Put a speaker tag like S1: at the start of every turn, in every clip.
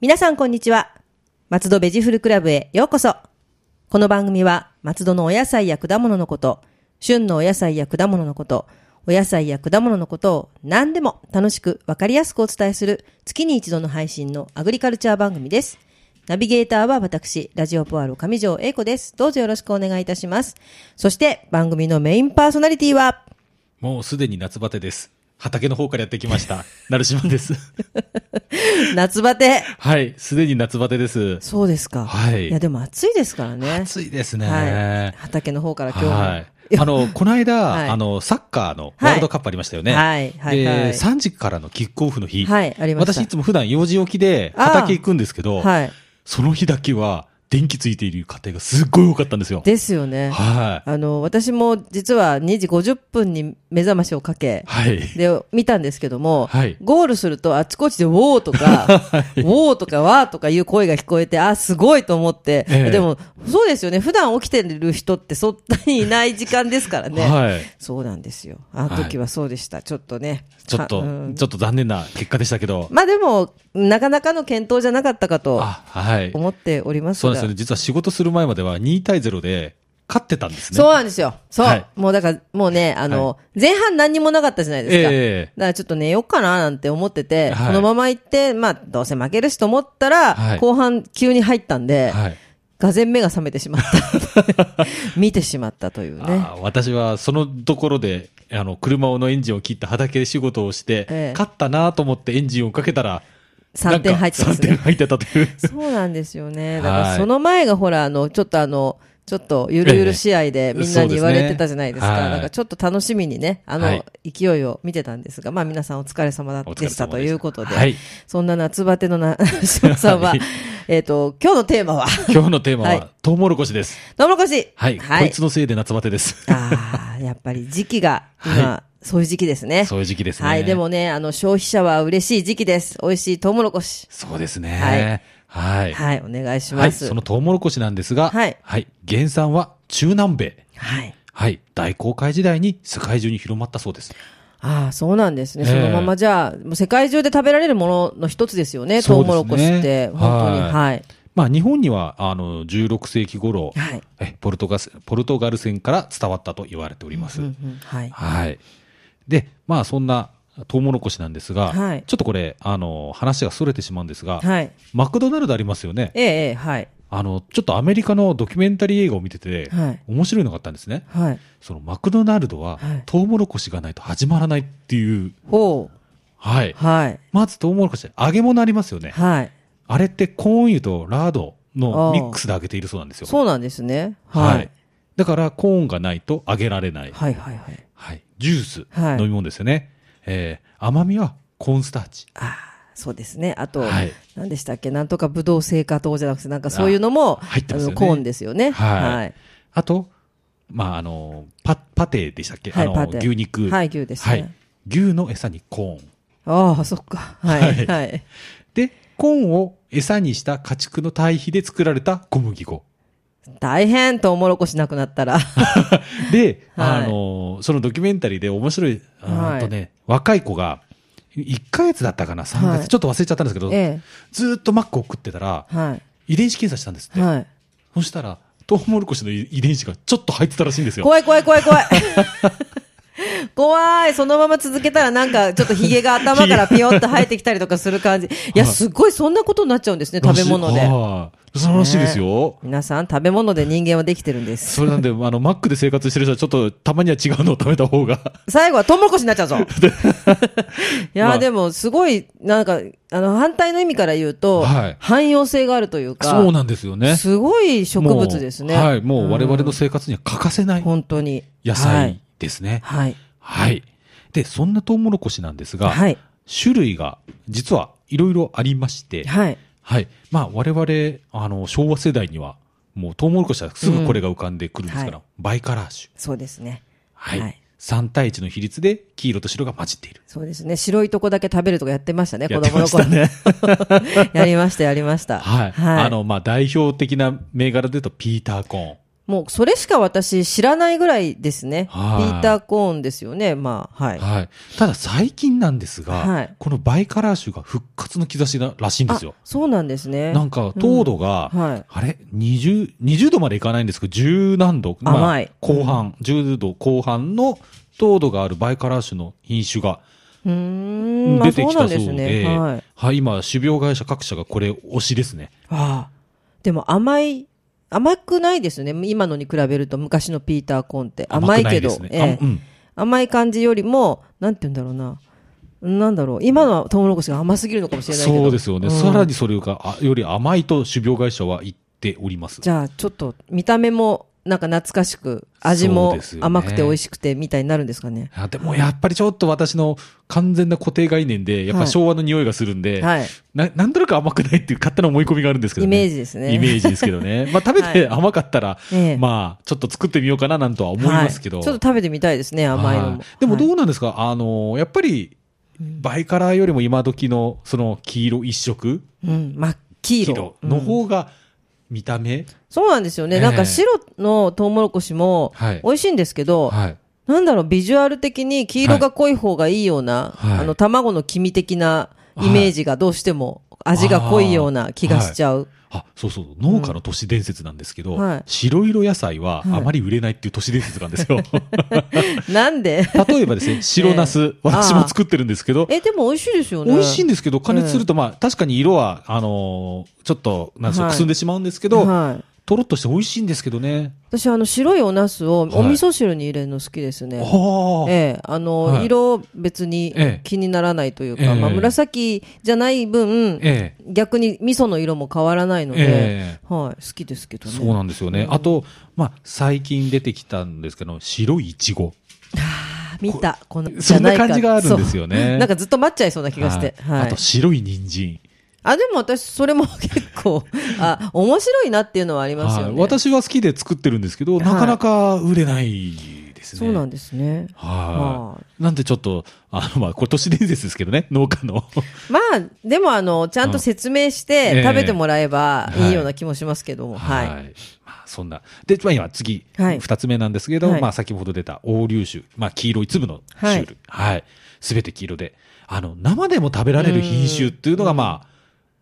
S1: 皆さんこんにちは。松戸ベジフルクラブへようこそ。この番組は松戸のお野菜や果物のこと、旬のお野菜や果物のこと、お野菜や果物のことを何でも楽しくわかりやすくお伝えする月に一度の配信のアグリカルチャー番組です。ナビゲーターは私、ラジオポアロ上条英子です。どうぞよろしくお願いいたします。そして番組のメインパーソナリティは、
S2: もうすでに夏バテです。畑の方からやってきました。 なるしまです。
S1: 夏バテ。
S2: はい。すでに夏バテです。
S1: そうですか。
S2: はい
S1: いや、でも暑いですからね。
S2: 暑いですね。
S1: は。
S2: はい
S1: 畑の方から今日も。
S2: い。あの、この間、
S1: はい
S2: あの、サッカーのワールドカップありましたよね。
S1: はいはいはいはい
S2: で、3時からのキックオフの日。
S1: はいありました
S2: 私いつも普段用事起きで
S1: あー
S2: 畑行くんですけど、
S1: はい。
S2: その日だけは電気ついている家庭がすっごい多かったんですよ。
S1: ですよね。
S2: はい。
S1: あの、私も実は2時50分に目覚ましをかけ、
S2: はい。
S1: で、見たんですけども、
S2: はい
S1: ゴールするとあちこちでウォーとか、 ウォーとかワーとかいう声が聞こえて、あ、すごいと思って、
S2: ええ
S1: でも、そうですよね。普段起きてる人ってそんなにいない時間ですからね。
S2: はい。
S1: そうなんですよ。あの
S2: はい
S1: 時はそうでした。ちょっとね。
S2: ちょっと、
S1: かうん
S2: ちょっと残念な結果でしたけど。
S1: まあでも、なかなかの検討じゃなかったかと
S2: あ、はい。
S1: 思っております
S2: そう
S1: が。
S2: なんですよね。実は仕事する前までは2対0で勝ってたんですね。
S1: そうなんですよ。そう。
S2: はい
S1: もうだから、もうね、あの、前半何にもなかったじゃないですか。
S2: ええ
S1: だからちょっと寝ようかななんて思ってて、
S2: はい
S1: このまま行って、まあ、どうせ負けるしと思ったら、
S2: はい
S1: 後半急に入ったんで、
S2: はい。
S1: がぜん目が覚めてしまった。 見てしまったというね。
S2: あー私はそのところで、あの、車のエンジンを切って畑で仕事をして、
S1: ええ
S2: 勝ったなと思ってエンジンをかけたら、
S1: 3点入ってます
S2: なん
S1: ね
S2: か。3点入ってたという。
S1: そうなんですよね。だか
S2: は
S1: ら
S2: い
S1: その前がほら、あの、ちょっとあの、ちょっとゆるゆる試合でみんなに言われてたじゃないですか。
S2: そうですねはい
S1: だからちょっと楽しみにね、あの、
S2: はい
S1: 勢いを見てたんですが、まあ皆さんお疲れ様だ
S2: お疲れ様
S1: でしたということで、
S2: はい
S1: そんな夏バテの な、島さんは、
S2: はい
S1: えっと、今日のテーマ は、
S2: 今日のテーマは、
S1: はい
S2: トウモロコシです。
S1: トウモロコシ
S2: はい。こいつのせいで夏バテです。
S1: ああ、やっぱり時期が今、
S2: は
S1: そういう時期ですね。
S2: そういう時期ですね。
S1: はい、で。もね、あの、消費者は嬉しい時期です。美味しいトウモロコシ。
S2: そうですね。はい。はい。
S1: はい、お願いします。
S2: そのトウモロコシなんですが、
S1: はい
S2: 原産は中南米。
S1: はい。
S2: はい。大航海時代に世界中に広まったそうです。
S1: ああ、そうなんですね。
S2: ええ
S1: そのままじゃあ、もう世界中で食べられるものの一つですよね、ト
S2: そう
S1: ウ
S2: です
S1: モ
S2: ね
S1: ロコシって。本当に。
S2: はい
S1: はい。
S2: まあ、日本にはあの16世紀頃、
S1: はい
S2: えポルトガスポルトガル船から伝わったと言われております。
S1: うんうんはい。
S2: はい、で、まあ、そんなトウモロコシなんですが、
S1: はい
S2: ちょっとこれあの話がそれてしまうんですが、
S1: はい。
S2: マクドナルドありますよね
S1: ええ、ええ、はい。
S2: あのちょっとアメリカのドキュメンタリー映画を見てて、
S1: はい
S2: 面白いのがあったんですね。
S1: はい。
S2: そのマクドナルドは、
S1: はい
S2: トウモロコシがないと始まらないっていう、
S1: ほ
S2: はい、
S1: う。はい。
S2: まずトウモロコシ揚げ物ありますよね、
S1: はい。
S2: あれってコーン油とラード
S1: あー
S2: のミックスで揚げているそうなんですよ。
S1: そうなんですね。
S2: は
S1: はいい。。
S2: だから、コーンがないと揚げられない。
S1: はい、はい、はい。
S2: はい。ジュース、
S1: はい
S2: 飲み物ですよね。えー、甘みはコーンスターチ。
S1: ああ、そうですね。あと
S2: はい、
S1: 何でしたっけなんとかブドウ成果糖じゃなくて、なんかそういうのも、
S2: あ入ってますよね
S1: あのコーンですよね。
S2: はい
S1: はい。
S2: あと、まあ、あの、パ、パテでしたっけ、
S1: はい
S2: あ
S1: パ
S2: の、
S1: テ
S2: 牛肉。
S1: はい牛ですね
S2: はい。牛の餌にコーン。
S1: ああ、そっか。はい。
S2: は
S1: はい。
S2: で、コーンを餌にした家畜の堆肥で作られた小麦粉。
S1: 大変、トウモロコシなくなった ら。
S2: で、
S1: はい
S2: あの、そのドキュメンタリーで面白い、あー
S1: はい
S2: あとね、若い子が、1ヶ月だったかな ?3 ヶ月、
S1: はい
S2: ちょっと忘れちゃったんですけど、
S1: え
S2: ずーっとマックを食ってたら
S1: え。、は
S2: 遺伝子検査したんですっ
S1: い。
S2: て。
S1: はい。
S2: そしたら、トウモロコシの遺伝子がちょっと入ってたらしいんですよ。
S1: 怖い怖い怖い怖い。怖い。そのまま続けたらなんかちょっとヒゲが頭からピヨッと生えてきたりとかする感じ。いや、
S2: はい
S1: すごいそんなことになっちゃうんですね、食べ物で。
S2: はい。そうらしいですよ。
S1: 皆さん、食べ物で人間はできてるんです。
S2: それなんで、あの、マックで生活してる人はちょっと、たまには違うのを食べた 方が。
S1: 最後はトウモロコシになっちゃう ぞ。いや、
S2: まあ
S1: でもすごい、なんか、あの、反対の意味から言うと、
S2: はい
S1: 汎用性があるというか、
S2: そうなんですよね。
S1: すごい植物ですね。
S2: もうはい。もう我々
S1: ん
S2: の生活には欠かせない
S1: 本当に。
S2: 野菜ですね。
S1: はい。はい。
S2: はい。で、そんなトウモロコシなんですが、
S1: はい。
S2: 種類が実はいろいろありまして、
S1: はい。
S2: はい。まあ、我々、あの、昭和世代には、もうトウモロコシはすぐこれが浮かんでくるんですから、
S1: うん
S2: バイカラー種。
S1: そうですね。
S2: はい。
S1: はい
S2: 3対1の比率で黄色と白が混じっている。
S1: そうですね。白いとこだけ食べるとかやってましたね、子
S2: やって
S1: 供
S2: ま
S1: の
S2: した
S1: 頃。
S2: ね。
S1: やりました、やりました。
S2: はい。あの、まあ、代表的な銘柄で言うと、ピーターコーン。
S1: もうそれしか私知らないぐらいですね。ピ
S2: はい
S1: ーター・コーンですよね。まあ、はい。
S2: はい。ただ最近なんですが、
S1: はい
S2: このバイカラー種が復活の兆しだらしいんですよ。
S1: そうなんですね。
S2: なんか糖度が、
S1: うんはい
S2: あれ 20, ?20 度までいかないんですけど、10何度、まあ
S1: 甘い
S2: 後半、10度後半の糖度があるバイカラー種の品種が
S1: うーん、まあ
S2: 出て
S1: そう
S2: き
S1: なん
S2: たそ
S1: で
S2: う
S1: す
S2: で、
S1: ね。はい。
S2: はい、今、種苗会社各社がこれ推しですね。
S1: ああ。でも甘い、甘くないですね。今のに比べると昔のピーター・コーンって。甘い
S2: くな
S1: けど
S2: です、ね
S1: ええ
S2: あうん。
S1: 甘い感じよりも、なんて言うんだろうな。なんだろう。今のはトウモロコシが甘すぎるのかもしれないけど。
S2: そうですよね。
S1: ん
S2: さらにそれが、あより甘いと種苗会社は言っております。
S1: じゃあ、ちょっと見た目も、なんか懐かしく、味
S2: そう
S1: も
S2: ですよね
S1: 甘くて美味しくてみたいになるんですかね。
S2: あでもやっぱりちょっと私の完全な固定概念で、やっぱ昭和の匂いがするんで、
S1: はい。
S2: ななんとなく甘くないっていう勝手な思い込みがあるんですけど
S1: イ
S2: ね。
S1: メージですね。
S2: イメージですけ どね。まあ食べて甘かったら、
S1: ええ
S2: まあちょっと作ってみようかななんとは思いますけど。
S1: はいちょっと食べてみたいですね、甘いの
S2: は
S1: も。
S2: でもど
S1: はいう
S2: なんですか、あの、やっぱり、バイカラーよりも今時のその黄色一色
S1: うん、真っ黄
S2: 黄
S1: 色。
S2: 色
S1: うん
S2: の方が見た目、
S1: そうなんですよね。
S2: ええ
S1: なんか白のトウモロコシも
S2: はい
S1: 美味しいんですけど、
S2: はい。
S1: なんだろう、ビジュアル的に黄色が濃い方がいいような、
S2: はい
S1: あの、卵の黄身的なイメージがどうしても味が濃いような気がしちゃう。
S2: あ、そうそう、農家の都市伝説なんですけど、
S1: はい
S2: 白色野菜はあまり売れないっていう都市伝説な んですよ。
S1: なんで
S2: 例えばですね、白ナス、私も作ってるんですけど、
S1: え、でも美味しいですよね。
S2: 美味しいんですけど、加熱
S1: ええ
S2: すると、まあ、確かに色は、あのーちょっと、なんでしょう、
S1: はい
S2: くすんでしまうんですけど、
S1: はい。
S2: とろっとして美味しいんですけどね。
S1: 私、あの、白いお茄子をお
S2: はい
S1: 味噌汁に入れるの好きですね。
S2: ああ、
S1: ええ、あの、
S2: はい
S1: 色別に
S2: ええ
S1: 気にならないというか、
S2: ええ
S1: まあ、紫じゃない分、
S2: ええ
S1: 逆に味噌の色も変わらないので、
S2: え
S1: はい、好きですけどね。
S2: そうなんですよね。あと、まあ、最近出てきたんですけど、白いイチゴ。
S1: あ見た、この、
S2: そんな
S1: じゃいか
S2: 感じがあるんですよね
S1: そう なんかずっと待っちゃいそうな気がして。
S2: はい
S1: はい
S2: あと、。白い人参。
S1: あ、でも私、それも結構、あ、面白いなっていうのはありますよ
S2: はい
S1: ね。
S2: 私は好きで作ってるんですけど、
S1: い
S2: なかなか売れないですね。
S1: そうなん
S2: です。
S1: ですね。は
S2: はい。なんでちょっと、あの、まあ、これ都市伝説ですけどね、農家の。
S1: まあ、でも、あの、ちゃんと説明し
S2: うんえ
S1: て
S2: え
S1: 食べてもらえば
S2: はい
S1: いいような気もしますけども、はい。
S2: まあ、そんな。で、まあ、今、次、
S1: はい
S2: 二つ目なんですけど、
S1: はい
S2: まあ、先ほど出た、黄龍種、まあ、黄色い粒の種類。はい。す、べ、て黄色で、あの、生でも食べられる品種っていうのが、まあ、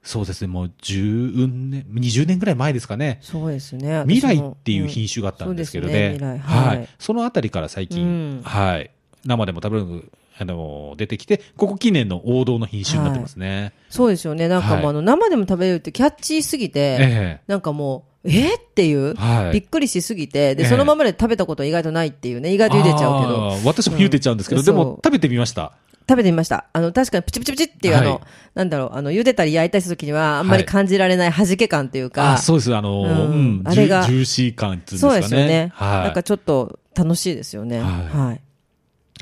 S2: そうですね、もう10年、20年ぐらい前ですかね。
S1: そうですね。
S2: 未来ってい
S1: 私も
S2: う品種があったんですけど
S1: そう
S2: ね。
S1: ですね未来
S2: は、
S1: はいい
S2: そのあたりから最近、
S1: うん
S2: はい。生でも食べる、あのー、出てきて、ここ近年の王道の品種になってますね。
S1: うんそうですよね。なんかもう、
S2: はい
S1: あの、生でも食べれるってキャッチーすぎて、
S2: え
S1: なんかもう、えーっていう、
S2: えはい。
S1: びっくりしすぎて、で、
S2: ええ
S1: そのままで食べたことは意外とないっていうね、意外と茹でちゃうけど、
S2: あー私も茹でちゃうんですけど、
S1: うん
S2: でも
S1: そう
S2: 食べてみました。
S1: 食べてみました。あの、確かにプチプチプチっていう、あ
S2: はい
S1: の、なんだろう、あの、茹でたり焼いたりするときには、あんま
S2: はい
S1: り感じられない弾け感というか、
S2: あそうです。あのー、
S1: う
S2: うんん。
S1: あれが
S2: ジュジューシー感っていうんです
S1: そ
S2: か
S1: う
S2: ね。
S1: ですよね。
S2: は
S1: なんかちょっと楽しいですよね。
S2: は
S1: はいい。
S2: い。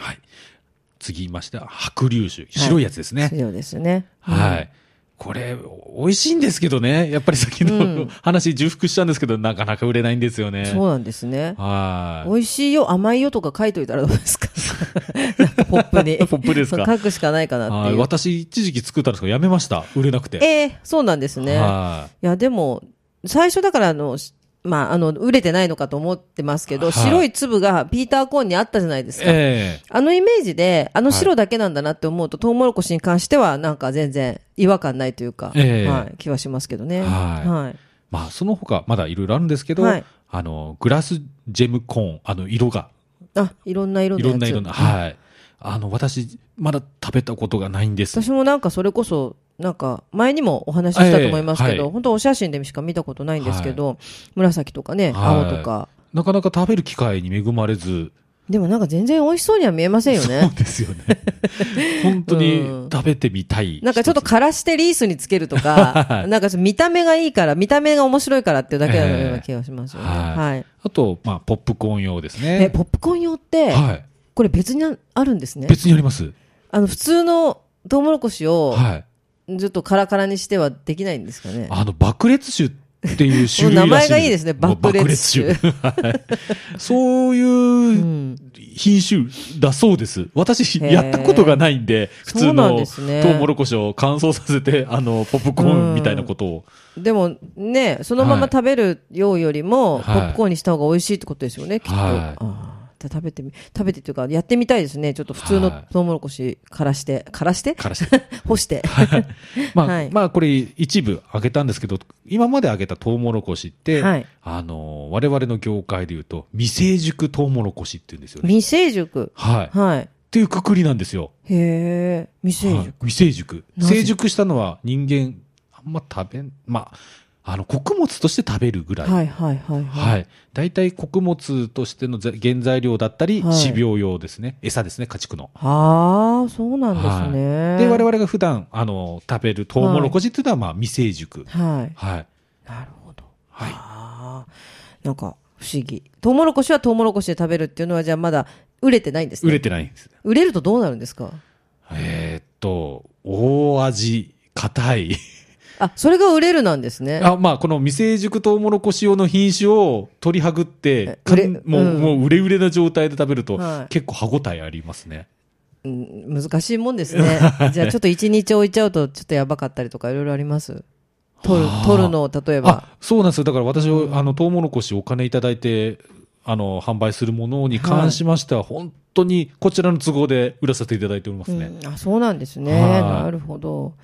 S2: はい。次言いましては、白龍種。白いやつですね。
S1: そうですね。。
S2: はいい。これ、美味しいんですけどね。やっぱり先の、話、重複したんですけど、なかなか売れないんですよね。
S1: そうなんですね。
S2: はい。
S1: 美味しいよ、甘いよとか書いといたらどうです かなんかポップに。
S2: ポップですか
S1: そう書くしかないかなっ
S2: は
S1: て
S2: い、
S1: いう。
S2: 私、一時期作ったんですけど、やめました。売れなくて。
S1: ええそうなんですね。
S2: はい
S1: や、でも、最初だから、あの、しまあ、あの、売れてないのかと思ってますけど、
S2: はい
S1: 白い粒がピーターコーンにあったじゃないです
S2: い。
S1: か。
S2: え
S1: あのイメージで、あの白だけなんだなって思うと、トウモロコシに関しては、なんか全然違和感ないというか、
S2: ええ
S1: はい、気はしますけどね。
S2: はい
S1: はい。
S2: えまあ、その他、まだいろいろあるんですけど、
S1: はい
S2: あの、グラスジェムコーン、あの、色が、
S1: あ、いろんな色の
S2: い
S1: やつ。
S2: ろんな色の、はい。あの、私、まだ食べたことがないんです。
S1: 私もなんかそれこそ、なんか前にもお話ししたと思いますけ
S2: ええ
S1: ど、
S2: はい
S1: 本当お写真でしか見たことないんですけど、紫とかね、
S2: はい
S1: 青とか。
S2: なかなか食べる機会に恵まれず、
S1: でもなんか全然美味しそうには見えませんよ
S2: そう
S1: ね。
S2: ですよね。 本当に食べてみたい。
S1: なんかちょっと枯らしてリースにつけると
S2: は
S1: か
S2: い、
S1: なんかちょっと見た目がいいから、見た目が面白いからっていうだけのような気がしますよね。
S2: ええは
S1: はいい。
S2: あと、まあ、ポップコーン用です
S1: え、
S2: ね。
S1: ポップコーン用って、
S2: はい。
S1: これ別にあるんですね。
S2: 別にあります。
S1: あの、普通のトウモロコシを、
S2: はい。
S1: ちょっとカラカラにしてはできないんですかね。
S2: あの、爆裂種っっていう種類らしい
S1: 名前がいいですね
S2: もう
S1: 爆裂種
S2: 爆裂種はいそういう品種だそうです。私、
S1: へー
S2: やったことがないんで、普
S1: そ
S2: 通
S1: うなん
S2: の
S1: で
S2: ト
S1: すね
S2: ウモロコシを乾燥させて、あの、ポップコーンみたいなことを。
S1: でもね、そのまま
S2: はい
S1: 食べる量よりも、
S2: はい
S1: ポップコーンにした方が美味しいってことですよね、きっと。
S2: はい
S1: ああじゃあ食べてみ、食べてというか、やってみたいですね。ちょっと普通の
S2: はい
S1: トウモロコシからして、からして
S2: からして。
S1: 干して。
S2: まあ、
S1: はい
S2: まあ、これ一部あげたんですけど、今まであげたトウモロコシって、
S1: はい
S2: あの、我々の業界で言うと、未成熟トウモロコシって言うんですよ ね。
S1: 未成熟。
S2: はい。っ
S1: はい。
S2: ていうくくりなんですよ。
S1: へえ、未成
S2: はい
S1: 熟。
S2: 未成熟。
S1: なぜ
S2: 成熟したのは人間、あんま食べん、まあ、あの、穀物として食べるぐらい。
S1: はいはいはいはい。
S2: はい。大体穀物としてのぜ原材料だったり、
S1: はい
S2: 飼料用ですね。餌ですね、家畜の。
S1: はあ、そうなんですね。
S2: で、我。々が普段、あの、食べるトウモロコシっていうのは、まあ、未成熟。
S1: はい。
S2: はい。
S1: なるほど。
S2: はい。
S1: ああ、なんか不思議。トウモロコシはトウモロコシで食べるっていうのは、じゃあまだ売れてないんですね。
S2: 売れてないんです。
S1: 売れるとどうなるんですか
S2: えーっと、大味、硬い。
S1: あ、それが売れるなんですね。
S2: あ、まあ、この未成熟トウモロコシ用の品種を取りはぐって、
S1: え売れ
S2: かんもう、
S1: うん
S2: もう、売れ売れな状態で食べると、
S1: はい
S2: 結構歯応えありますね。
S1: うん難しいもんです ね。じゃあちょっと一日置いちゃうとちょっとやばかったりとかいろいろあります取る
S2: はあ、
S1: 取るのを例えば。
S2: あ、そうなんですよ。だから私、あの、トウモロコシお金いただいて、あの、販売するものに関しましては、本当にこちらの都合で売らせていただいておりますね。
S1: うんあ、そうなんですね。
S2: はい
S1: なるほど。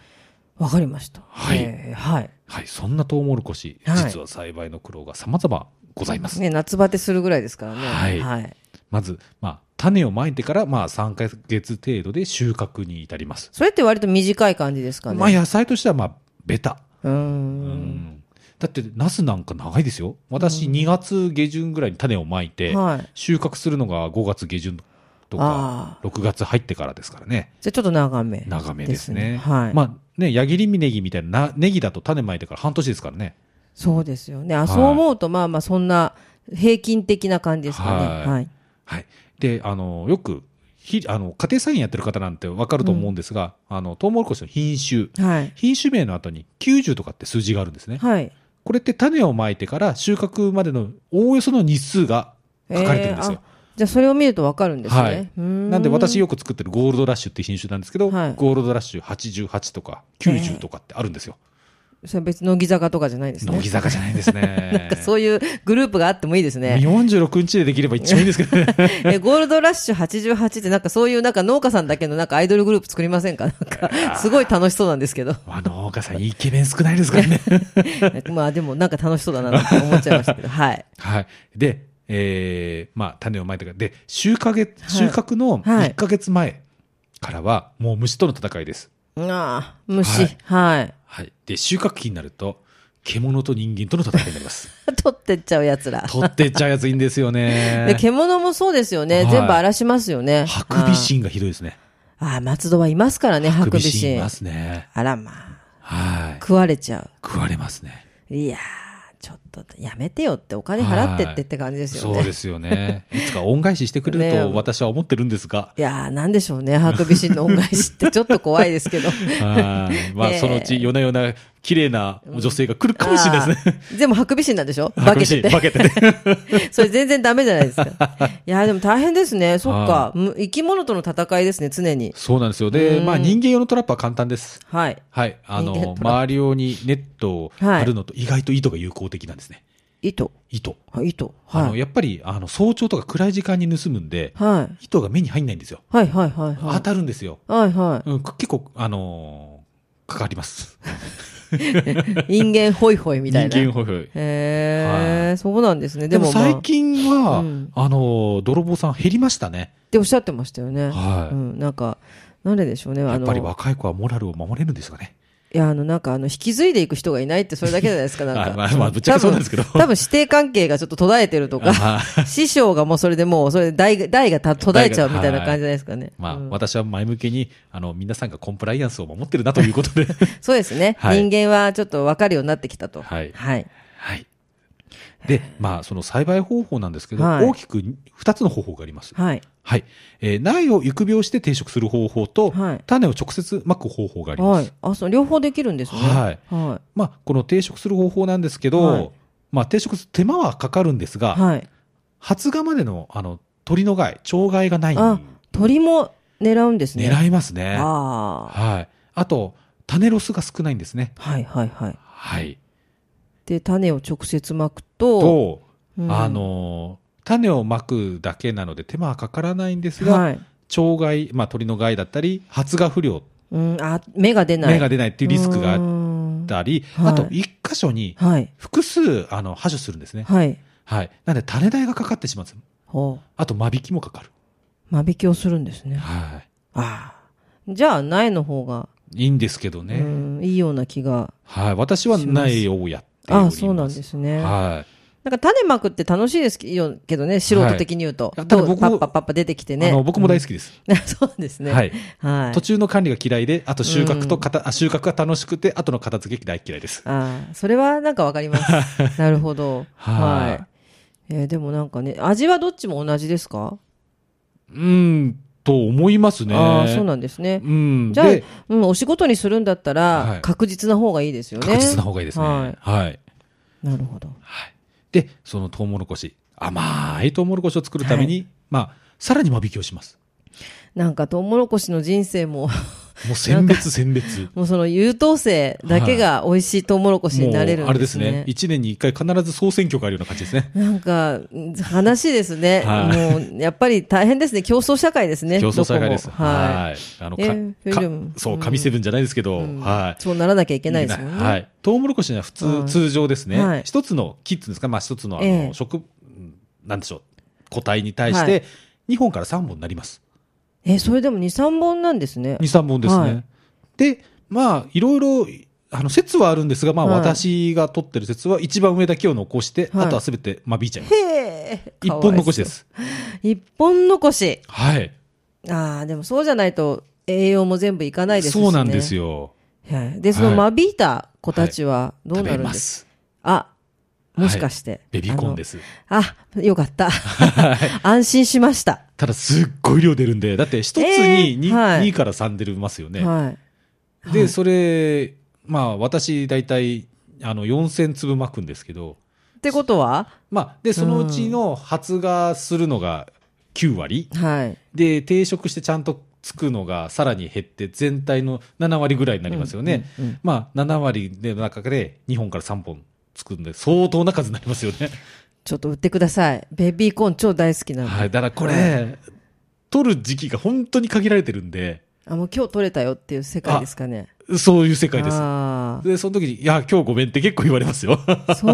S1: わかりました。
S2: はい
S1: えーはい。
S2: はい。そんなトウモロコシ、
S1: はい
S2: 実は栽培の苦労が様々ございます。
S1: ね、夏バテするぐらいですからね。
S2: はい
S1: はい。
S2: まず、まあ、種をまいてから、まあ、3ヶ月程度で収穫に至ります。
S1: それって割と短い感じですかね。
S2: まあ、野菜としては、まあ、ベタ。
S1: うー。
S2: うんん。だって、ナスなんか長いですよ。私、2月下旬ぐらいに種をまいて、
S1: はい。
S2: 収穫するのが5月下旬とか
S1: あ、
S2: 6月入ってからですからね。
S1: じゃあちょっと長め。
S2: 長めですね。
S1: はい。
S2: まあ、ね、矢切ネギみたいな、なネギだと種まいてから半年ですからね。
S1: そうですよね。あ、
S2: い
S1: そう思うと、まあまあそんな平均的な感じですか
S2: は
S1: ね。
S2: い
S1: はい。
S2: はい。で、あの、よく、ひあの家庭菜園やってる方なんてわかると思うんですが、あの、トウモロコシの品種。
S1: はい。
S2: 品種名の後に90とかって数字があるんですね。
S1: はい。
S2: これって種をまいてから収穫までのおおよその日数が書かれてるんですよ。
S1: えーあじゃあそれを見るとわかるんですね。
S2: はい。
S1: うーん
S2: なんで私よく作ってるゴールドラッシュって品種なんですけど、
S1: はい
S2: ゴールドラッシュ88とか90とかってあるんですよ。
S1: それ別に乃木坂とかじゃないですね。
S2: 乃木坂じゃないんですね。
S1: なんかそういうグループがあってもいいですね。
S2: 46日でできれば一番いいんですけど ね。
S1: え、ゴールドラッシュ88ってなんかそういうなんか農家さんだけのなんかアイドルグループ作りませんかなんか、すごい楽しそうなんですけど。
S2: まあ農家さんイケメン少ないですからね。
S1: まあでもなんか楽しそうだなって思っちゃいましたけど。はい。
S2: はい。で、えー、まあ種をまいてから、で、収穫、
S1: い
S2: 収穫の
S1: はい
S2: 1ヶ月前からは、もう虫との戦いです。
S1: うんああ、虫。はい。
S2: はい。で、収穫期になると、獣と人間との戦いにな ります。
S1: 取ってっちゃう奴ら。
S2: 取ってっちゃうやついいんですよ
S1: で、
S2: ね。
S1: 獣もそうですよね。
S2: はい
S1: 全部荒らしますよね。
S2: ハクビシンがひどいですね。
S1: ああ、松戸はいますからね、ハクビシ
S2: い
S1: ン
S2: ま。すね。
S1: あらまあ、
S2: はい。
S1: 食われちゃう。
S2: 食われますね。
S1: いやー、ちょっとやめてよって、お金払ってってって感じですよね。
S2: そうですよね。いつか恩返ししてくれる
S1: ね
S2: と私は思ってるんですが。
S1: いやー、なんでしょうね、ハクビシンの恩返しってちょっと怖いですけど。
S2: はい。まあ、
S1: ねえ
S2: そのうち、夜な夜な、綺麗な女性が来るかもしれないですね。
S1: あーでもハクビシンなんでしょ 化けてて。
S2: 化けてて。
S1: それ全然ダメじゃないですか。いやー、でも大変ですね。そっか
S2: は。
S1: む生き物との戦いですね、常に。
S2: そうなんですよ。で、まあ、人間用のトラップは簡単です。
S1: はい。
S2: はい。あ
S1: 人間
S2: の、
S1: トラップ
S2: 周り用にネットを張るのと、意外と糸が有効的なんですね。
S1: 糸。
S2: 糸。
S1: あ糸。
S2: あ
S1: は
S2: の、
S1: い。
S2: やっぱり、あの、早朝とか暗い時間に盗むんで、
S1: はい。
S2: 糸が目に入んないんですよ。
S1: はいはいはいは
S2: 当
S1: い。
S2: たるんですよ。
S1: はい は
S2: うん、結構、あのーかかります。
S1: い。人間ホイホイみ
S2: 人
S1: たいな。
S2: 間ほいほい。
S1: へえ、そうなんですね。で
S2: で
S1: も、
S2: も
S1: まあ、
S2: 最近は、
S1: うん
S2: あの、泥棒さん減りましたね。
S1: っておっしゃってましたよね。
S2: は
S1: う
S2: い
S1: ん、なんか、なんででしょうね。
S2: や
S1: あ
S2: っぱり
S1: の、
S2: 若い子はモラルを守れるんですかね。
S1: いや、あの、なんか、あの、引き継いでいく人がいないってそれだけじゃないですか、なんか。
S2: あまあまあぶっちゃけそうなんですけど
S1: 多分多分、師弟関係がちょっと途絶えてるとか、
S2: あ
S1: 師匠がもうそれでもう、それで代が代がた途絶えちゃうみたいな感じじゃないですかね。
S2: まあ、
S1: うん
S2: 私は前向きに、あの、皆さんがコンプライアンスを守ってるなということで。
S1: そうですね、
S2: はい
S1: 人間はちょっと分かるようになってきたと。
S2: はい
S1: はい。
S2: はい。で、まあ、その栽培方法なんですけど、
S1: はい
S2: 大きく2つの方法があります。はい。
S1: はい。
S2: はい。えー苗を育苗して定食する方法と、
S1: はい
S2: 種を直接まく方法があります。
S1: はい。あ、そう、両方できるんですね。
S2: はい
S1: は
S2: まあ、この定食する方法なんですけど、
S1: はい
S2: まあ、定食する手間はかかるんです
S1: い。
S2: が、
S1: はい。
S2: 発芽までの、あの、鳥の害、鳥害がない
S1: あ、鳥も狙うんですね。
S2: 狙いますね。
S1: ああ。
S2: はい。あと、種ロスが少ないんですね。
S1: はいはいはい。
S2: はい。
S1: で、種を直接まくと、
S2: と、
S1: うん
S2: あのー、種をまくだけなので手間はかからないんですが、
S1: はい。
S2: 鳥害、まあ、鳥の害だったり、発芽不良、
S1: うん、あ、芽が出ない。
S2: 芽が出ないっていうリスクがあっ
S1: あ
S2: たり、
S1: うーん
S2: あと
S1: は
S2: 一箇所に
S1: はい。
S2: 複数、あの、排除するんですね。
S1: はい。
S2: はい。なので種代がかかってしまうんです。
S1: ほ
S2: あと間引きもかかる。
S1: う。間引きをするんですね。
S2: は
S1: ああ。じゃあ、苗の方が、
S2: い。いいんですけどね。
S1: うん、いいような気が。
S2: はい。私は
S1: します
S2: 苗をやっており
S1: あ
S2: ま
S1: あ、
S2: す。
S1: そうなんですね。
S2: は
S1: なんか種まくって楽しいですけどね、素人的に言うと。
S2: はいた
S1: ど
S2: だ
S1: う
S2: 僕
S1: パ
S2: も
S1: ッパッパッパ出てきて
S2: い。
S1: ね。
S2: あの、僕も大好きです。
S1: うん そうですね。
S2: は
S1: はい。
S2: い。途中の管理が嫌いで、あと収穫とかた、あ収穫が楽しくて、後の片付け大嫌いです。
S1: ああ、それはなんかわかり ます。なるほど。
S2: はい
S1: はい。えーでもなんかね、味はどっちも同じですか
S2: うん、と思いますね。
S1: ああ、そうなんんですね。
S2: うん。
S1: じゃあ
S2: で、、
S1: うん、お仕事にするんだった
S2: は
S1: ら
S2: い、
S1: 確実な方がいいですよね。
S2: 確実な方がいいですね。
S1: は
S2: はい。
S1: い。なるほど。
S2: はい。で、そのトウモロコシ、甘いトウモロコシを作るために、まあ、さらに間引きをします。
S1: なんか、トウモロコシの人生も、
S2: もう選別選別。
S1: もうその優等生だけが美味しいトウモロコシになれるんですね。
S2: もうあれですね。一年に一回必ず総選挙があるような感じですね。
S1: なんか、うん悲しいですね。
S2: は
S1: もう、やっぱり大変ですね。競争社会ですね。
S2: 競争社会です。
S1: どこもは
S2: はい。あの、
S1: え
S2: か
S1: ーフィルム
S2: か、そう、紙セブンじゃないですけど、はい
S1: い。。そうならなきゃい
S2: い
S1: けないですもんね。
S2: はい。トウモロコシには普通、
S1: はい
S2: 通常ですね。
S1: はい
S2: 一つの木っていうんですか、まあ一つの、あの、
S1: ええ
S2: 植、なんでしょう、個体に対し
S1: は
S2: て、2本から3本になります。
S1: え、それでも2、3本なんですね
S2: 2、。3本ですね。
S1: はい
S2: で、まあ、いろいろ、あの、説はあるんですが、まあ
S1: はい
S2: 私が取ってる説は、一番上だけを残して、
S1: はい
S2: あとはすべて間引いちゃいます。
S1: へえ。。
S2: 一本残しですす。
S1: 一本残し。
S2: はい。
S1: ああ、でもそうじゃないと栄養も全部いかないですしね。
S2: そうなんですよ。
S1: はい。で、その間引いた子たちはどう
S2: 食
S1: な
S2: べ
S1: るん
S2: ま
S1: です
S2: す。
S1: か、あ、もしかして。
S2: ベビーコーンです。
S1: あの。あ、よかった。 安心しました。
S2: ただ、すっごい量出るんで、だって一つ
S1: ええ
S2: に 2,、
S1: はい
S2: 2から3出るますよね。
S1: はい。
S2: で、それ、まあ、私、大体、あの、4000粒まくんですけど、
S1: ってことは
S2: まあ、で、そのうちの発芽するのが9割、
S1: はい。
S2: で、定食してちゃんとつくのがさらに減って、全体の7割ぐらいになりますよね。
S1: うんうんうん
S2: まあ、7割の中で2本から3本つくんで、相当な数になりますよね。
S1: ちょっと売ってください。ベビーコーン超大好きなの。
S2: はい。だからこれ、取る時期が本当に限られてるんで、
S1: あ、もう今日取れたよっていう世界ですかね。
S2: そういう世界です。
S1: あ
S2: で、その時に、いや、今日ごめんって結構言われますよ。
S1: あ。そ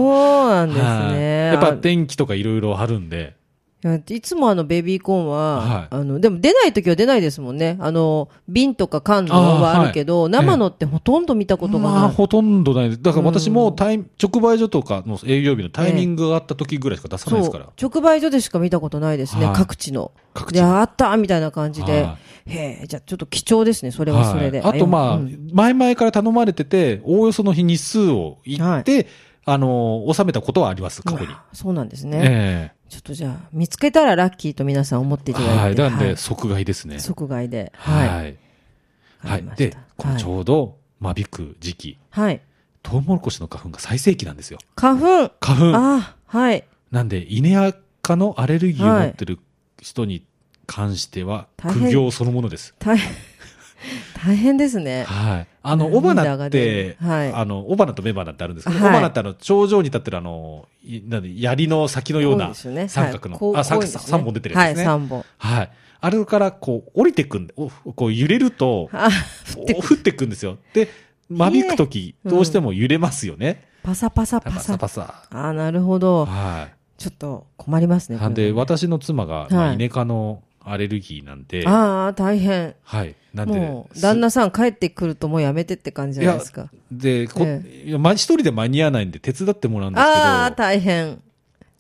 S1: うなんです
S2: は
S1: ね。
S2: いやっぱ天気とかいろいろあるんで。
S1: あいやいつもあのベビーコーンは、
S2: はい
S1: あの、でも出ない時は出ないですもんね。あの、瓶とか缶の
S2: あー
S1: は
S2: はい
S1: あるけど、生のってほとんど見たことがない。
S2: まあ、ほとんどないです。だから私もタイ、直売所とかの営業日のタイミングがあった時ぐらいしか出さないですから。
S1: 直売所でしか見たことないですね。
S2: はい
S1: 各地の。
S2: 各地
S1: で、あったみたいな感じで
S2: は。
S1: へえ、じゃあちょっと貴重ですね。それはそれで。
S2: はいあとまあ、
S1: うん
S2: 前々から頼まれてて、おおよその日日数を言って、あの、収めたことはあります、過去に。
S1: あそうなんですね。
S2: え
S1: ちょっとじゃあ、見つけたらラッキーと皆さん思って
S2: え
S1: いただいて。
S2: はい。なん
S1: は
S2: で、
S1: い
S2: 即買いですね。
S1: 即買いで。はい。
S2: はい。はい。
S1: わかりました
S2: で、このちょうど、間引く時期、
S1: はい。
S2: トウモロコシの花粉が最盛期なんですよ。
S1: 花粉。
S2: 花粉。
S1: あ、はい。
S2: なんで、稲ア科のアレルギーを持ってる人に関しては、
S1: はい
S2: 苦行そのものです。
S1: 大 変、大変ですね。
S2: はい。あの、
S1: 涙
S2: 雄花
S1: が
S2: っ
S1: 出る
S2: て、
S1: はい
S2: あの、雄花と雌花ってあるんですけど、雄、
S1: はい
S2: 花ってあの、頂上に立ってるあの、いなんで、槍の先のよう
S1: こ
S2: な
S1: ですよね
S2: 三角の、
S1: はいこう
S2: あ、三
S1: こう
S2: 角、
S1: ですね
S2: 三本出てるやつですね。
S1: は、
S2: はいい。
S1: 3本。
S2: あれから、こう、降りてくんで、おこう、揺れると、
S1: あ、
S2: お降ってくんですよ。で、間引くとき、
S1: え
S2: どうしても揺れますよね。
S1: パサパサパ
S2: パ
S1: サ
S2: サ。パサ。
S1: あ、なるほど。
S2: は
S1: ちょっと困ります
S2: い。
S1: ね。
S2: なんで、私の妻が、ま
S1: は
S2: あ、
S1: い
S2: イネ科のアレルギーなんで、
S1: ああ、大変。
S2: はい。なんで、
S1: もう、旦那さん帰ってくるともうやめてって感じじゃないですか。
S2: で、こ、
S1: え
S2: いやま一人で間に合わないんで手伝ってもらうんですけど、
S1: ああ、大変。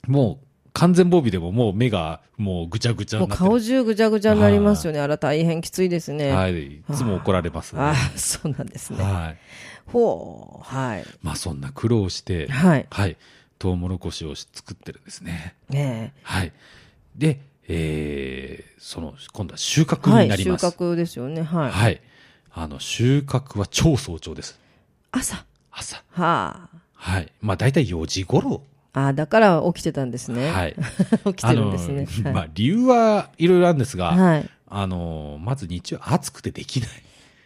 S2: もう完全防備でももう目がもうぐちゃぐちゃ
S1: も
S2: に
S1: う
S2: なってる
S1: 顔中ぐちゃぐちゃになりますよね。あら、大変きついですね。
S2: はい、いつも怒られますね。
S1: あ
S2: は
S1: あ、そうなんですね。
S2: い。
S1: ほう、はい。
S2: まあそんな苦労して、
S1: はい。
S2: はい、トウモロコシをし作ってるんですね。
S1: ね
S2: はい。で、えーその、今度は収穫
S1: は
S2: に
S1: い
S2: なり
S1: 収
S2: ます。
S1: 穫ですよね。はい。
S2: はい。あの、収穫は超早朝です。
S1: 朝。
S2: 朝。
S1: はあ。
S2: はい。まあ、大体4時頃。
S1: ああ、だから起きてたんですね。
S2: はい。
S1: 起きてるんですね。
S2: あのま
S1: は
S2: あ、理由はいろいろあるんですが、
S1: い。はい。
S2: あの、まず日中暑くてできない。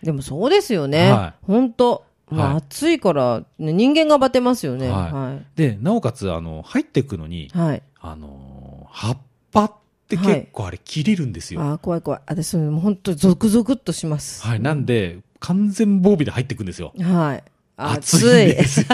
S1: でもそうですよね。
S2: は
S1: 本当まあ
S2: はい
S1: 暑いから、ね、人間がバテますよね。
S2: はい
S1: は
S2: で、なおかつ、あの、入っていくのに
S1: い。、はい。
S2: あの、葉っぱって結構あれ切れるんですよ。はい。
S1: ああ、怖い怖い。私、それもう本当ゾクゾクっとします。はい。
S2: なんで、完全防備で入っていくんですよ。
S1: 暑
S2: 暑いん
S1: い。
S2: ですよ。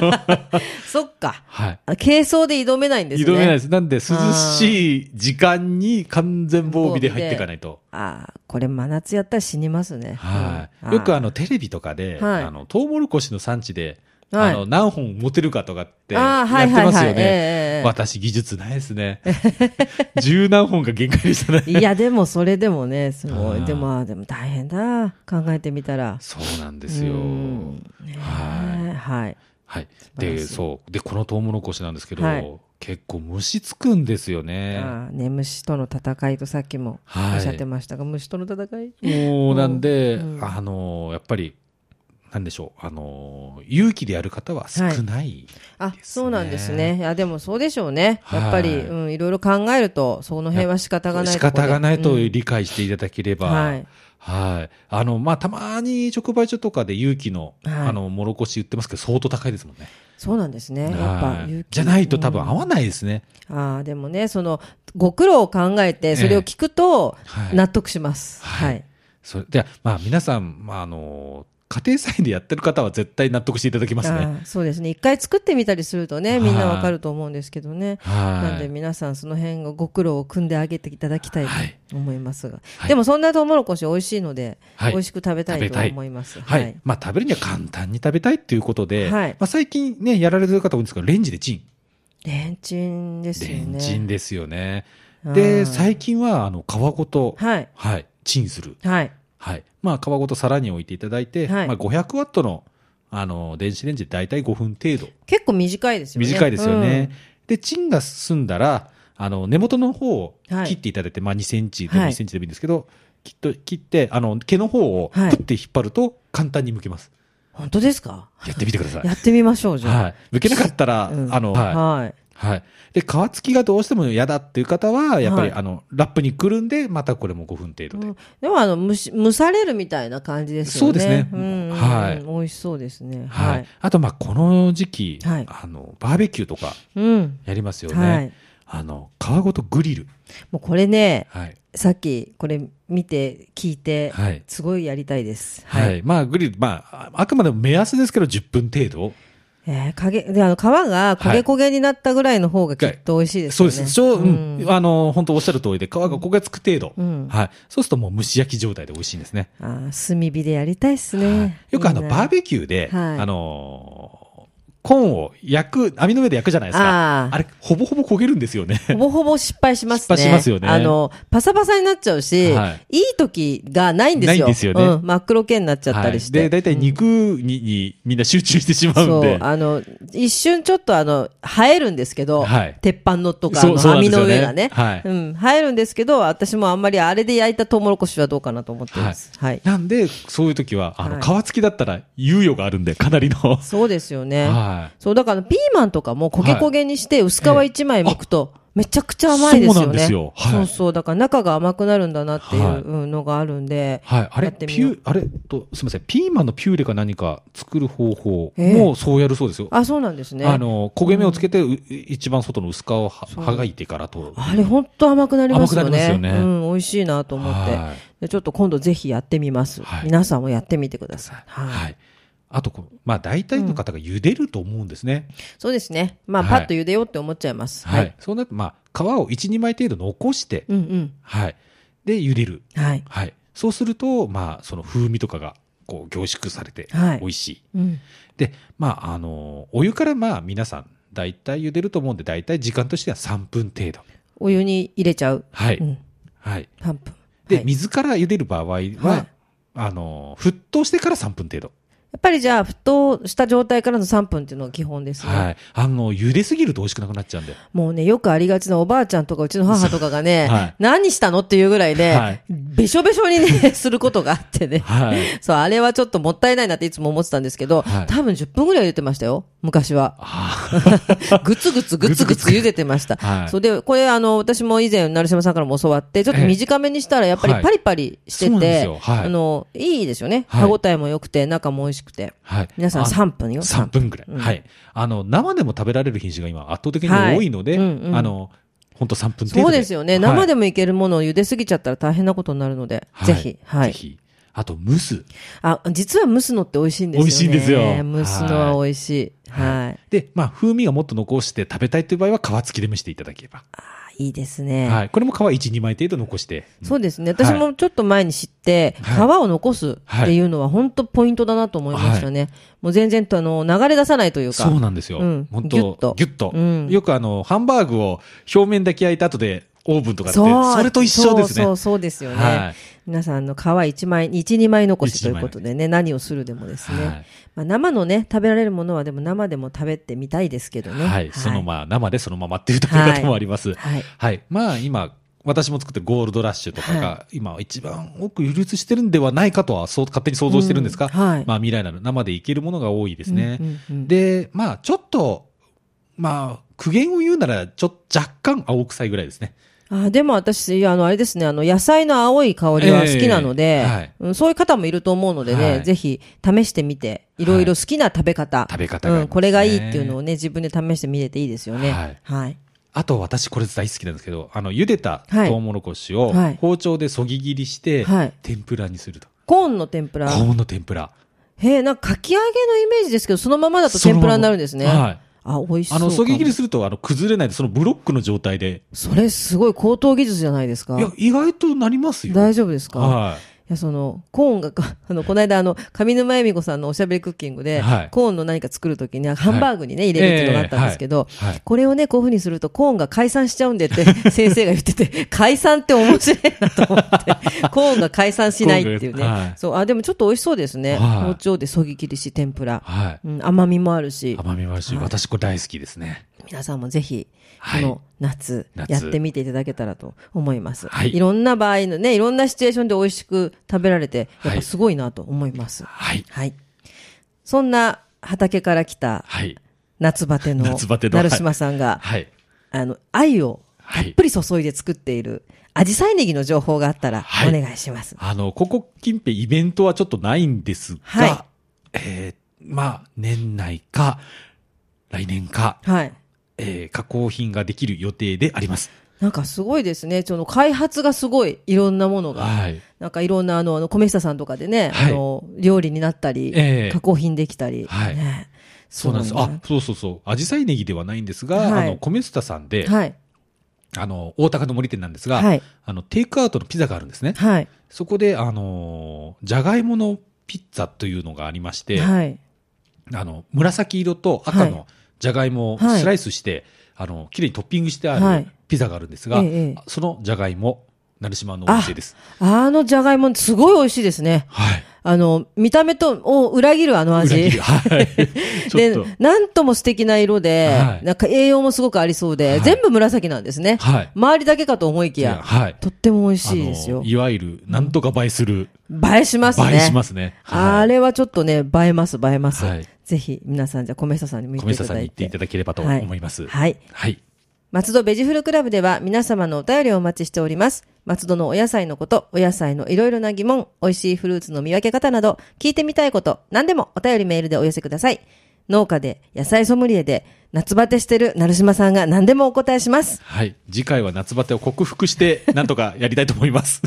S1: そっか。
S2: はい。
S1: あ軽装で挑めないんですね。
S2: 挑めないです。なんで、涼しい時間に完全防備で入っていかないと。
S1: ああ、これ真夏やったら死にますね。
S2: はい。
S1: うん
S2: よくあ
S1: の、
S2: の、テレビとかで、
S1: はい
S2: あの、トウモロコシの産地で、
S1: はい
S2: あの、何本持てるかとかって、や
S1: あ
S2: っ
S1: ー
S2: て
S1: はいはいはい
S2: ますよ
S1: ええええ
S2: ね。私、技術ないですね。 十何本が限界でしたね。
S1: いや、でもそれでもね、すご
S2: あ
S1: い。
S2: ー
S1: でも、あーでも大変だ。考えてみたら。
S2: そうなんですよ
S1: う。んね
S2: は
S1: はい。
S2: はい。
S1: 素晴
S2: で、
S1: らしい
S2: そう。で、このトウモロコシなんですけど、
S1: はい
S2: 結構虫つくんですよね。
S1: ああ、ね、虫との戦いとさっきも
S2: はい
S1: おっしゃってましたが、虫との戦い
S2: もう、なんで、
S1: うん
S2: あの、やっぱり、なんでしょう。あの、勇気でやる方は少ない。
S1: あ
S2: ね、
S1: そうなんですね。いや、でもそうでしょうね。
S2: はい
S1: やっぱり、うん、いろいろ考えると、その辺は仕方がない
S2: 仕
S1: とこで。
S2: 方がないと
S1: うん
S2: 理解していただければ、
S1: はい。
S2: はい。あの、まあ、たまに直売所とかで勇気の、
S1: はい
S2: あの、もろこし売ってますけど、相当高いですもんね。
S1: そうなんですね。やっぱ
S2: は、い
S1: 勇気
S2: じゃないと多分合わないですね。
S1: ああ、でもね、その、ご苦労を考えて、それを聞くと、
S2: はい
S1: 納得します。は
S2: はいい。それで、まあ、皆さん、まあ、あの、家庭菜園でやってる方は絶対納得していただきますね。
S1: ああそうですね。一回作ってみたりするとね、みんなわかると思うんですけどね。なん
S2: は
S1: で
S2: い。
S1: 皆さんその辺をご苦労を組んであげていただきたい
S2: はい
S1: と思いますが。
S2: はい
S1: でもそんなトウモロコシ美味しいので、
S2: はい
S1: 美味しく食べたい
S2: 食べ
S1: と
S2: たい
S1: は思います。
S2: はい。まあ、食べるには簡単に食べたいっていうことで、
S1: はい
S2: まあ、最近ね、やられてる方多いんですけど、レンジでチン。
S1: レンチンですよ
S2: レ
S1: ね。
S2: ンチンですよね。
S1: う
S2: で、
S1: ん
S2: 最近は、あの、皮ごと、
S1: はい。
S2: はい、チンする。
S1: はい。
S2: はい。まあ、皮ごと皿に置いていただいて、
S1: はい
S2: まあ、500ワットの、あの、電子レンジで大体5分程度。
S1: 結構短いですよね。
S2: 短いですよね。で、チンが済んだら、あの、根元の方を
S1: はい
S2: 切っていただいて、まあ、2センチで
S1: はい
S2: 2センチでもいいんですけど、きっと切って、あの、毛の方を、プ
S1: はい
S2: って引っ張ると、簡単に剥けます。
S1: うん。本当ですか
S2: やってみてください。
S1: やってみましょう、じゃ
S2: はい。剥けなかった
S1: あ。
S2: ら、
S1: うん
S2: あの、は
S1: はい。
S2: い。はい。で、皮付きがどうしても嫌だっていう方は、やっぱり、
S1: は
S2: あの、ラップにくるんで、またこれも5分程度で。
S1: うんでもあの蒸し蒸されるみたいな感じですよね。
S2: そうですね
S1: んうんうん
S2: はい
S1: 美味しそうですね。は
S2: はいい。。あと、まあ、この時期、
S1: はい
S2: あの、バーベキューとか
S1: うん。
S2: やりますよね。
S1: はい。
S2: あの、皮ごとグリル。
S1: もうこれね、
S2: はい。
S1: さっきこれ見て聞いて、
S2: はい
S1: すごいやりたいです。
S2: はい。。まあ、グリル、まあ、ああくまでも目安ですけど、10分程度。
S1: えー、かげであの皮が焦げ焦げになったぐらいの方がきっと美味しいです
S2: そう
S1: よね。
S2: です。そう、うん。あの、本当おっしゃる通りで、皮が焦げつく程度。
S1: うん
S2: はい。そうするともう蒸し焼き状態で美味しいんですね。
S1: あー炭火でやりたいっすね。
S2: よくあの、
S1: みんな
S2: バーベキューで、
S1: はい
S2: あのーコーンを焼く、網の上で焼くじゃないですか。
S1: あー
S2: あれ、ほぼほぼ焦げるんですよね。
S1: ほぼほぼ失敗しますね。
S2: 失敗しますよね
S1: あの、パサパサになっちゃうし、、
S2: はい
S1: い時がないんですよ。
S2: ないんですよね
S1: うん、真っ黒系になっちゃったりして。
S2: はい、で、大体肉に、にみんな集中してしまうん
S1: そう
S2: で。、
S1: あの、一瞬ちょっとあの、生えるんですけど、
S2: はい
S1: 鉄板のとか、あ
S2: そう
S1: の
S2: そうなんで
S1: 網
S2: すよ
S1: の
S2: ね
S1: 上がね、
S2: はい
S1: うん、生えるんですけど、私もあんまりあれで焼いたトウモロコシはどうかなと思ってます。はい。
S2: なんで、そういう時は、あの、
S1: は
S2: 皮付きだったら猶予があるんで、かなりの。は
S1: そうですよね。
S2: い。
S1: そう、だからピーマンとかも焦げ焦げにして、薄皮
S2: ええ
S1: 一枚剥くと、めちゃくちゃ甘いですよね。
S2: そうなんですよはい
S1: そうそうだから中が甘くなるんだなってい
S2: はいう
S1: うんのがあるんで、
S2: はい。あ
S1: や
S2: れ、
S1: って
S2: ピ
S1: みよう
S2: ュー、あれと、すみません。ピーマンのピューレか何か作る方法
S1: ええ
S2: もそうやるそうですよ。
S1: あ、そうなんですね。
S2: あ
S1: あ
S2: の、焦げ目をつけて、う一番外の薄皮をははがいてからと。
S1: れ、ほんと甘くなりますよね。
S2: 甘くなりますよね
S1: うん、美味しいなと思って。
S2: はい
S1: でちょっと今度ぜひやってみます、
S2: はい
S1: 皆さんもやってみてください。はい。
S2: はい。あとこう、まあ大体の方が茹でると思うんですね。
S1: そうですね。まあ、
S2: はい
S1: パッと茹でようって思っちゃいます。
S2: はい。。そうなると、まあ皮を1、2枚程度残して、
S1: うん
S2: はい。で、茹でる。
S1: うん。はい。
S2: はい。そうすると、まあその風味とかが、こう凝縮されて
S1: はい、
S2: 美味しい。
S1: うん。
S2: で、まああの、お湯からまあ皆さん、大体茹でると思うんで、大体時間としては3分程度。
S1: お湯に入れちゃう。
S2: はい。
S1: うん。
S2: はい。
S1: 半分。
S2: で、
S1: はい
S2: 水から茹でる場合は、
S1: はい
S2: あの、沸騰してから3分程度。
S1: っぱりじゃあ、沸騰した状態からの3分っていうのが基本ですね。
S2: はい。あの、茹ですぎると美味しくなくなっちゃうんで。
S1: もうね、よくありがちなおばあちゃんとかうちの母とかがね、
S2: はい
S1: 何したのっていうぐらいね、
S2: はい
S1: べしょべしょにね、することがあってね。
S2: はい。
S1: そう、あれはちょっともったいないなっていつも思ってたんですけど、
S2: はい
S1: 多分10分ぐらい茹でてましたよ、昔 は。
S2: あ
S1: ぐつぐつぐつぐつ茹でてました。
S2: はい
S1: そうで、これあの、私も以前、成島さんからも教わって、ちょっと短めにしたらやっぱり
S2: はい
S1: パリパリして
S2: そうなんで
S1: て、
S2: すよはい
S1: あの、いいですよね。
S2: はい
S1: 歯応えも良くて、中も美味しくて。
S2: ーはい。
S1: 皆さん
S2: あ
S1: 3分よ。
S2: 3分ぐらい、
S1: うん
S2: はい。あの、生でも食べられる品種が今圧倒的に
S1: はい
S2: 多いので、
S1: うんうん
S2: あの、本当3分程度で。
S1: そうですよね。生で
S2: も、
S1: もいけるものを茹ですぎちゃったら大変なことになるので、
S2: はい
S1: ぜひ、は
S2: はい。
S1: い
S2: ぜ。ひ。あと、蒸す。
S1: あ、実は蒸すのって美味しいんですよね。
S2: 美味しいんですよ
S1: 蒸すのは美味しい。はい。
S2: で、まあ、風味がもっと残して食べたいという場合は、皮付きで蒸していただければ。
S1: あいいですね。
S2: はい。これも皮1、2枚程度残して。
S1: そうですね。私もちょっと前に知って、皮
S2: はい
S1: を残すっていうのは本当ポイントだなと思いましたね。もう全然とあの、流れ出さないというか。
S2: そうなんですよ。
S1: うん
S2: 本
S1: ギュッと
S2: 当ギュッと。
S1: うん
S2: よくあの、ハンバーグを表面だけ焼いた後で、オーブンとかって、
S1: そう
S2: それと一緒です
S1: そ
S2: ね。
S1: うそうそうですよね。
S2: はい
S1: 皆さんあの皮一枚、一、二枚残し
S2: 一
S1: とい
S2: 二
S1: う
S2: 枚
S1: ことでね、何をするでもですね。
S2: はい
S1: まあ、生のね、食べられるものはでも生でも食べてみたいですけどね。
S2: はい。そのまあ、生でそのままっていう食べ方もあります。
S1: はい。
S2: はい。まあ今、私も作ってるゴールドラッシュとかが、今一番多く輸出してるんではないかとは、そう、勝手に想像してるんですが、
S1: うんはい
S2: まあ未来なる生でいけるものが多いですね。
S1: うんうんうん
S2: で、まあちょっと、まあ、苦言を言うなら、ちょっと若干青臭いぐらいですね。
S1: あでも私、いやあの、あれですね、あの、野菜の青い香りは好きなので、
S2: ええはい
S1: うんそういう方もいると思うのでね、
S2: はい
S1: ぜひ試してみて、いろいろ好きな食べ方、
S2: 食べ方があ
S1: う
S2: りますね
S1: ん、これがいいっていうのをね、自分で試してみれていいですよね。
S2: はい
S1: はい。
S2: あと私これ大好きなんですけど、あの、茹でた
S1: はい
S2: トウモロコシを
S1: はい
S2: 包丁でそぎ切りして
S1: はい、
S2: 天ぷらにすると。
S1: コーンの天ぷら。
S2: 高温の天ぷら。
S1: へえ、なんかかき揚げのイメージですけど、そのままだと天ぷらになるんですね。
S2: そのままはい
S1: あ、美味しそう
S2: あ
S1: か
S2: の、
S1: も。
S2: そぎ切りすると、あの、崩れないで、そのブロックの状態で。
S1: それすごい高等技術じゃないですか
S2: い。や、意外となりますよ。
S1: 大丈夫ですか、
S2: はい
S1: や、その、コーンがか、 あの、この間、あの、上沼恵美子さんのおしゃべりクッキングで、
S2: はい
S1: コーンの何か作るときに、ハンバーグにね、入れるっていうのがあったんですけど、
S2: ええはいはい
S1: これをね、こういうふうにすると、コーンが解散しちゃうんでって 先生が言ってて、解散って面白いなと思 って、コーンが解散しないっていう
S2: コー
S1: ね。
S2: ンがはい
S1: そう、あ、でもちょっと美味しそうですね。
S2: はい
S1: 包丁でそぎ切りし、天ぷら。
S2: い。はい。
S1: うん、甘みもあるし、
S2: 甘みもあるし、私これ大好きですね。
S1: 皆さんもぜひ、こ
S2: はい
S1: の夏、
S2: 夏
S1: やってみていただけたらと思います。。
S2: はいい
S1: ろんな場合のね、いろんなシチュエーションで美味しく食べられて、やっ
S2: は
S1: ぱ
S2: い
S1: すごいなと思います。はい。
S2: はい。
S1: そんな畑から来た
S2: はい。
S1: 夏バテの、
S2: 夏バテのはい
S1: 成島さんが、
S2: はい。
S1: あの、愛を
S2: は
S1: た
S2: い
S1: っぷ。り注いで作っている、アジサイネギの情報があったら、
S2: はい
S1: お願いします。
S2: あの、ここ近辺イベントはちょっとないんですが、
S1: は
S2: えーまあ、年内か、来年か、
S1: はい。
S2: えー加工品ができる予定であります。
S1: なんかすごいですね。その開発がすごい、いろんなものが。
S2: はい。
S1: なんかいろんなあの、あの、米下さんとかでね、
S2: はい
S1: あの、料理になったり、
S2: ええ
S1: 加工品できたり。
S2: はい
S1: ね
S2: そうなんです。
S1: ごい
S2: あ、そうそうそう。アジサイネギではないんですが、
S1: はい
S2: あの、コメスタさんで、
S1: はい。
S2: あの、大高の森店なんですが、
S1: はい
S2: あの、テイクアウトのピザがあるんですね。
S1: はい。
S2: そこで、あのー、じゃがいものピッツァというのがありまして、
S1: はい。
S2: あの、紫色と赤
S1: は
S2: のじゃがいもを
S1: はい
S2: スライスして、あの、綺麗にトッピングしてあ
S1: はい
S2: るピザがあるんですが、
S1: ええええ
S2: そのじゃがいも、成島のお店です。
S1: あのじゃがいも、すごい美味しいですね。
S2: はい。
S1: あの、見た目と、を裏切るあの
S2: 裏切
S1: 味
S2: る。。はい。ちょっ
S1: で
S2: と。、
S1: なんとも素敵な色で、
S2: はい
S1: なんか栄養もすごくありそうで、
S2: はい
S1: 全部紫なんですね。
S2: はい。
S1: 周りだけかと思いきや、
S2: はい。
S1: とっても美味しいです
S2: あ
S1: よ
S2: の、。いわゆる、なんとか映えする。
S1: 映えしますね。
S2: 映えしますね。
S1: あ
S2: はい。
S1: れはちょっとね、映えます、映えます。
S2: はい
S1: ぜひ、皆さん、じゃあ、米下さんにも行って
S2: 小
S1: い
S2: 宮
S1: た
S2: さん
S1: だ
S2: に
S1: い
S2: 行って
S1: て
S2: い。ただければと思います。
S1: はいはい
S2: はい。
S1: 松戸ベジフルクラブでは皆様のお便りをお待ちしております。松戸のお野菜のこと、お野菜のいろいろな疑問、美味しいフルーツの見分け方など、聞いてみたいこと、何でもお便りメールでお寄せください。農家で、野菜ソムリエで、夏バテしてる成島さんが何でもお答えします。
S2: はい。次回は夏バテを克服して、 なんとかやりたいと思います。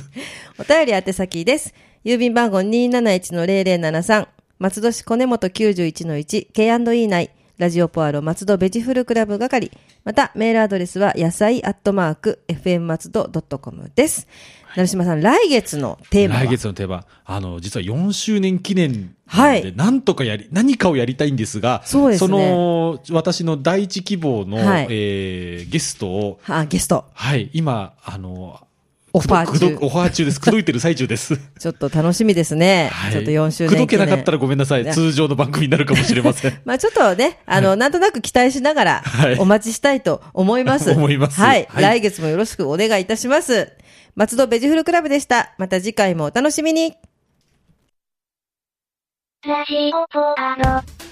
S1: お便り宛先です。郵便番号271-0073、松戸市小根本91-1、K&E 内、ラジオポアロ松戸ベジフルクラブ係。また、メールアドレスは、野菜アットマーク、FM 松戸 .com です。成島さん、来月のテーマは
S2: 来月のテーマ、あの、実は4周年記念
S1: は
S2: なん
S1: い
S2: で、なんとかやり、何かをやりたいんですが、
S1: そうですね
S2: の、私の第一希望の、
S1: はい
S2: えーゲストを、
S1: あ、ゲスト。
S2: はい、今、あの、
S1: オファー
S2: くど
S1: 中
S2: く。どオファー中です。くどいてる最中です。
S1: ちょっと楽しみですね。
S2: は い
S1: ちょっと4周年記念。
S2: くどけなかったらごめんなさい。
S1: ね。
S2: 通常の番組になるかもしれません
S1: まあちょっとね、あの、なんとなく期待しながら
S2: はい、
S1: お待ちしたいと思います。
S2: 思います
S1: はい。
S2: はい
S1: 来月もよろしくお願いいたします。松戸ベジフルクラブでした。また次回もお楽しみに。
S3: ラジオポアド。